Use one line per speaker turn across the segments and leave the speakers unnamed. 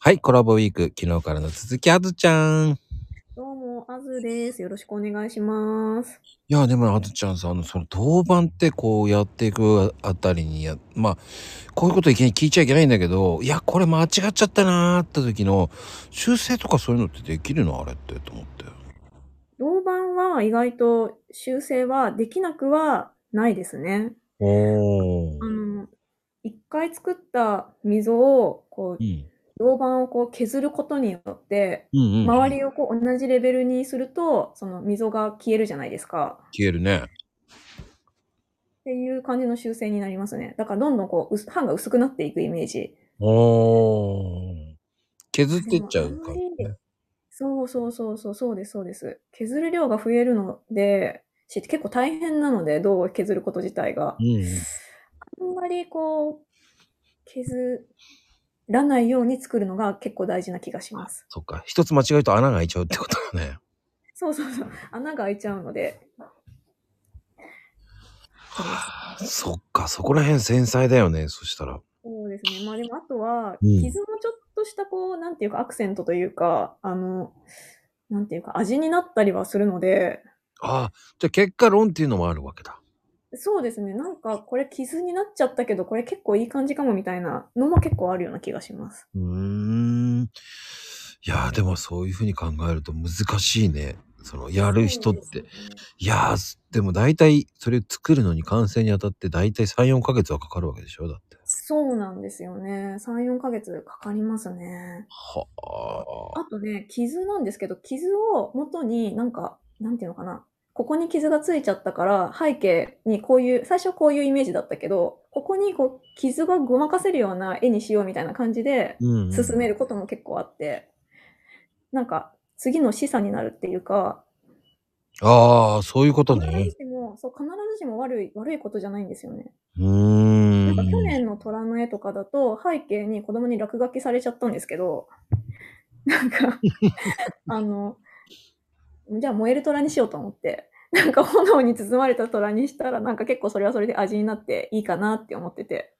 はい、コラボウィーク、昨日からの続き、あずちゃん。い
どうも、あずです。よろしくお願いします。
や、でも、あずちゃんさ、あの、その、当番ってこうやっていくあたりにや、まあ、こういうこといきなり聞いちゃいけないんだけど、いや、これ間違っちゃったなーって時の、修正とかそういうのってできるのあれって、と思って。
銅板は意外と修正はできなくはないですね。
お
あの、一回作った溝を、こ
う
う、
ん。
銅板をこう削ることによって、
うんうん。
周りをこう同じレベルにすると、その溝が消えるじゃないですか。
消えるね。
っていう感じの修正になりますね。だからどんどんこう、薄版が薄くなっていくイメージ。
おー。削ってっちゃうから、
でもあんま
ね
り。そうそうそうそう、そうです、そうです。削る量が増えるので、し結構大変なので、銅を削ること自体が
う。んうん。
あんまりこう、削らないように作るのが結構大事な気がします。
そっか。一つ間違えると穴が開いちゃうってことだね。
そうそうそう、穴が開いちゃうので。そうです
そっか。そこら辺繊細だよね。そしたら。
そうですね。まあでも、あとは、
うん
傷もちょっとした、こう、なんていうか、アクセントというか、あの、なんていうか、味になったりはするので、
ああ、じゃあ結果論っていうのもあるわけだ。
そうですね。なんか、これ傷になっちゃったけど、これ結構いい感じかもみたいなのも結構あるような気がします。
うーん。いやーでもそういうふうに考えると難しいね。そのやる人っ
そう
て
で。すね
いやーすでも大体それ作るのに完成にあたって大体3、4ヶ月はかかるわけでしょだって。
そうなんですよね。3、4ヶ月かかりますね。
はあ。
あとね、傷なんですけど、傷を元になんか、なんていうのかな。ここに傷がついちゃったから、背景にこういう、最初はこういうイメージだったけど、ここにこう、傷がごまかせるような絵にしようみたいな感じで、
うん、うん。
進めることも結構あって、なんか、次の示唆になるっていうか、
ああ、そういうこと
必ず
ね。
しも、そう、必ずしも悪い、悪いことじゃないんですよね。
うー
な
ん。
んか去年の虎の絵とかだと、背景に子供に落書きされちゃったんですけど、なんか、あの、じゃあ燃える虎にしようと思って、なんか炎に包まれた虎にしたら、なんか結構それはそれで味になっていいかなって思ってて。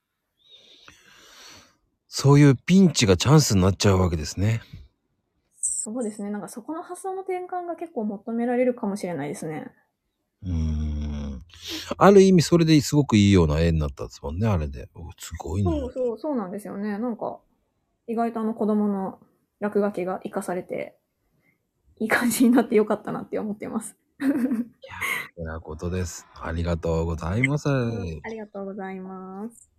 そういうピンチがチャンスになっちゃうわけですね。
そうですね。なんかそこの発想の転換が結構求められるかもしれないですね。
うーん。ある意味それですごくいいような絵になったんですもんね、あれで。おすごいな。
そうそう、そうなんですよね。なんか、意外とあの子供の落書きが活かされて、いい感じになってよかったなって思ってます。
てなことです。ありがとうございます。
ありがとうございます。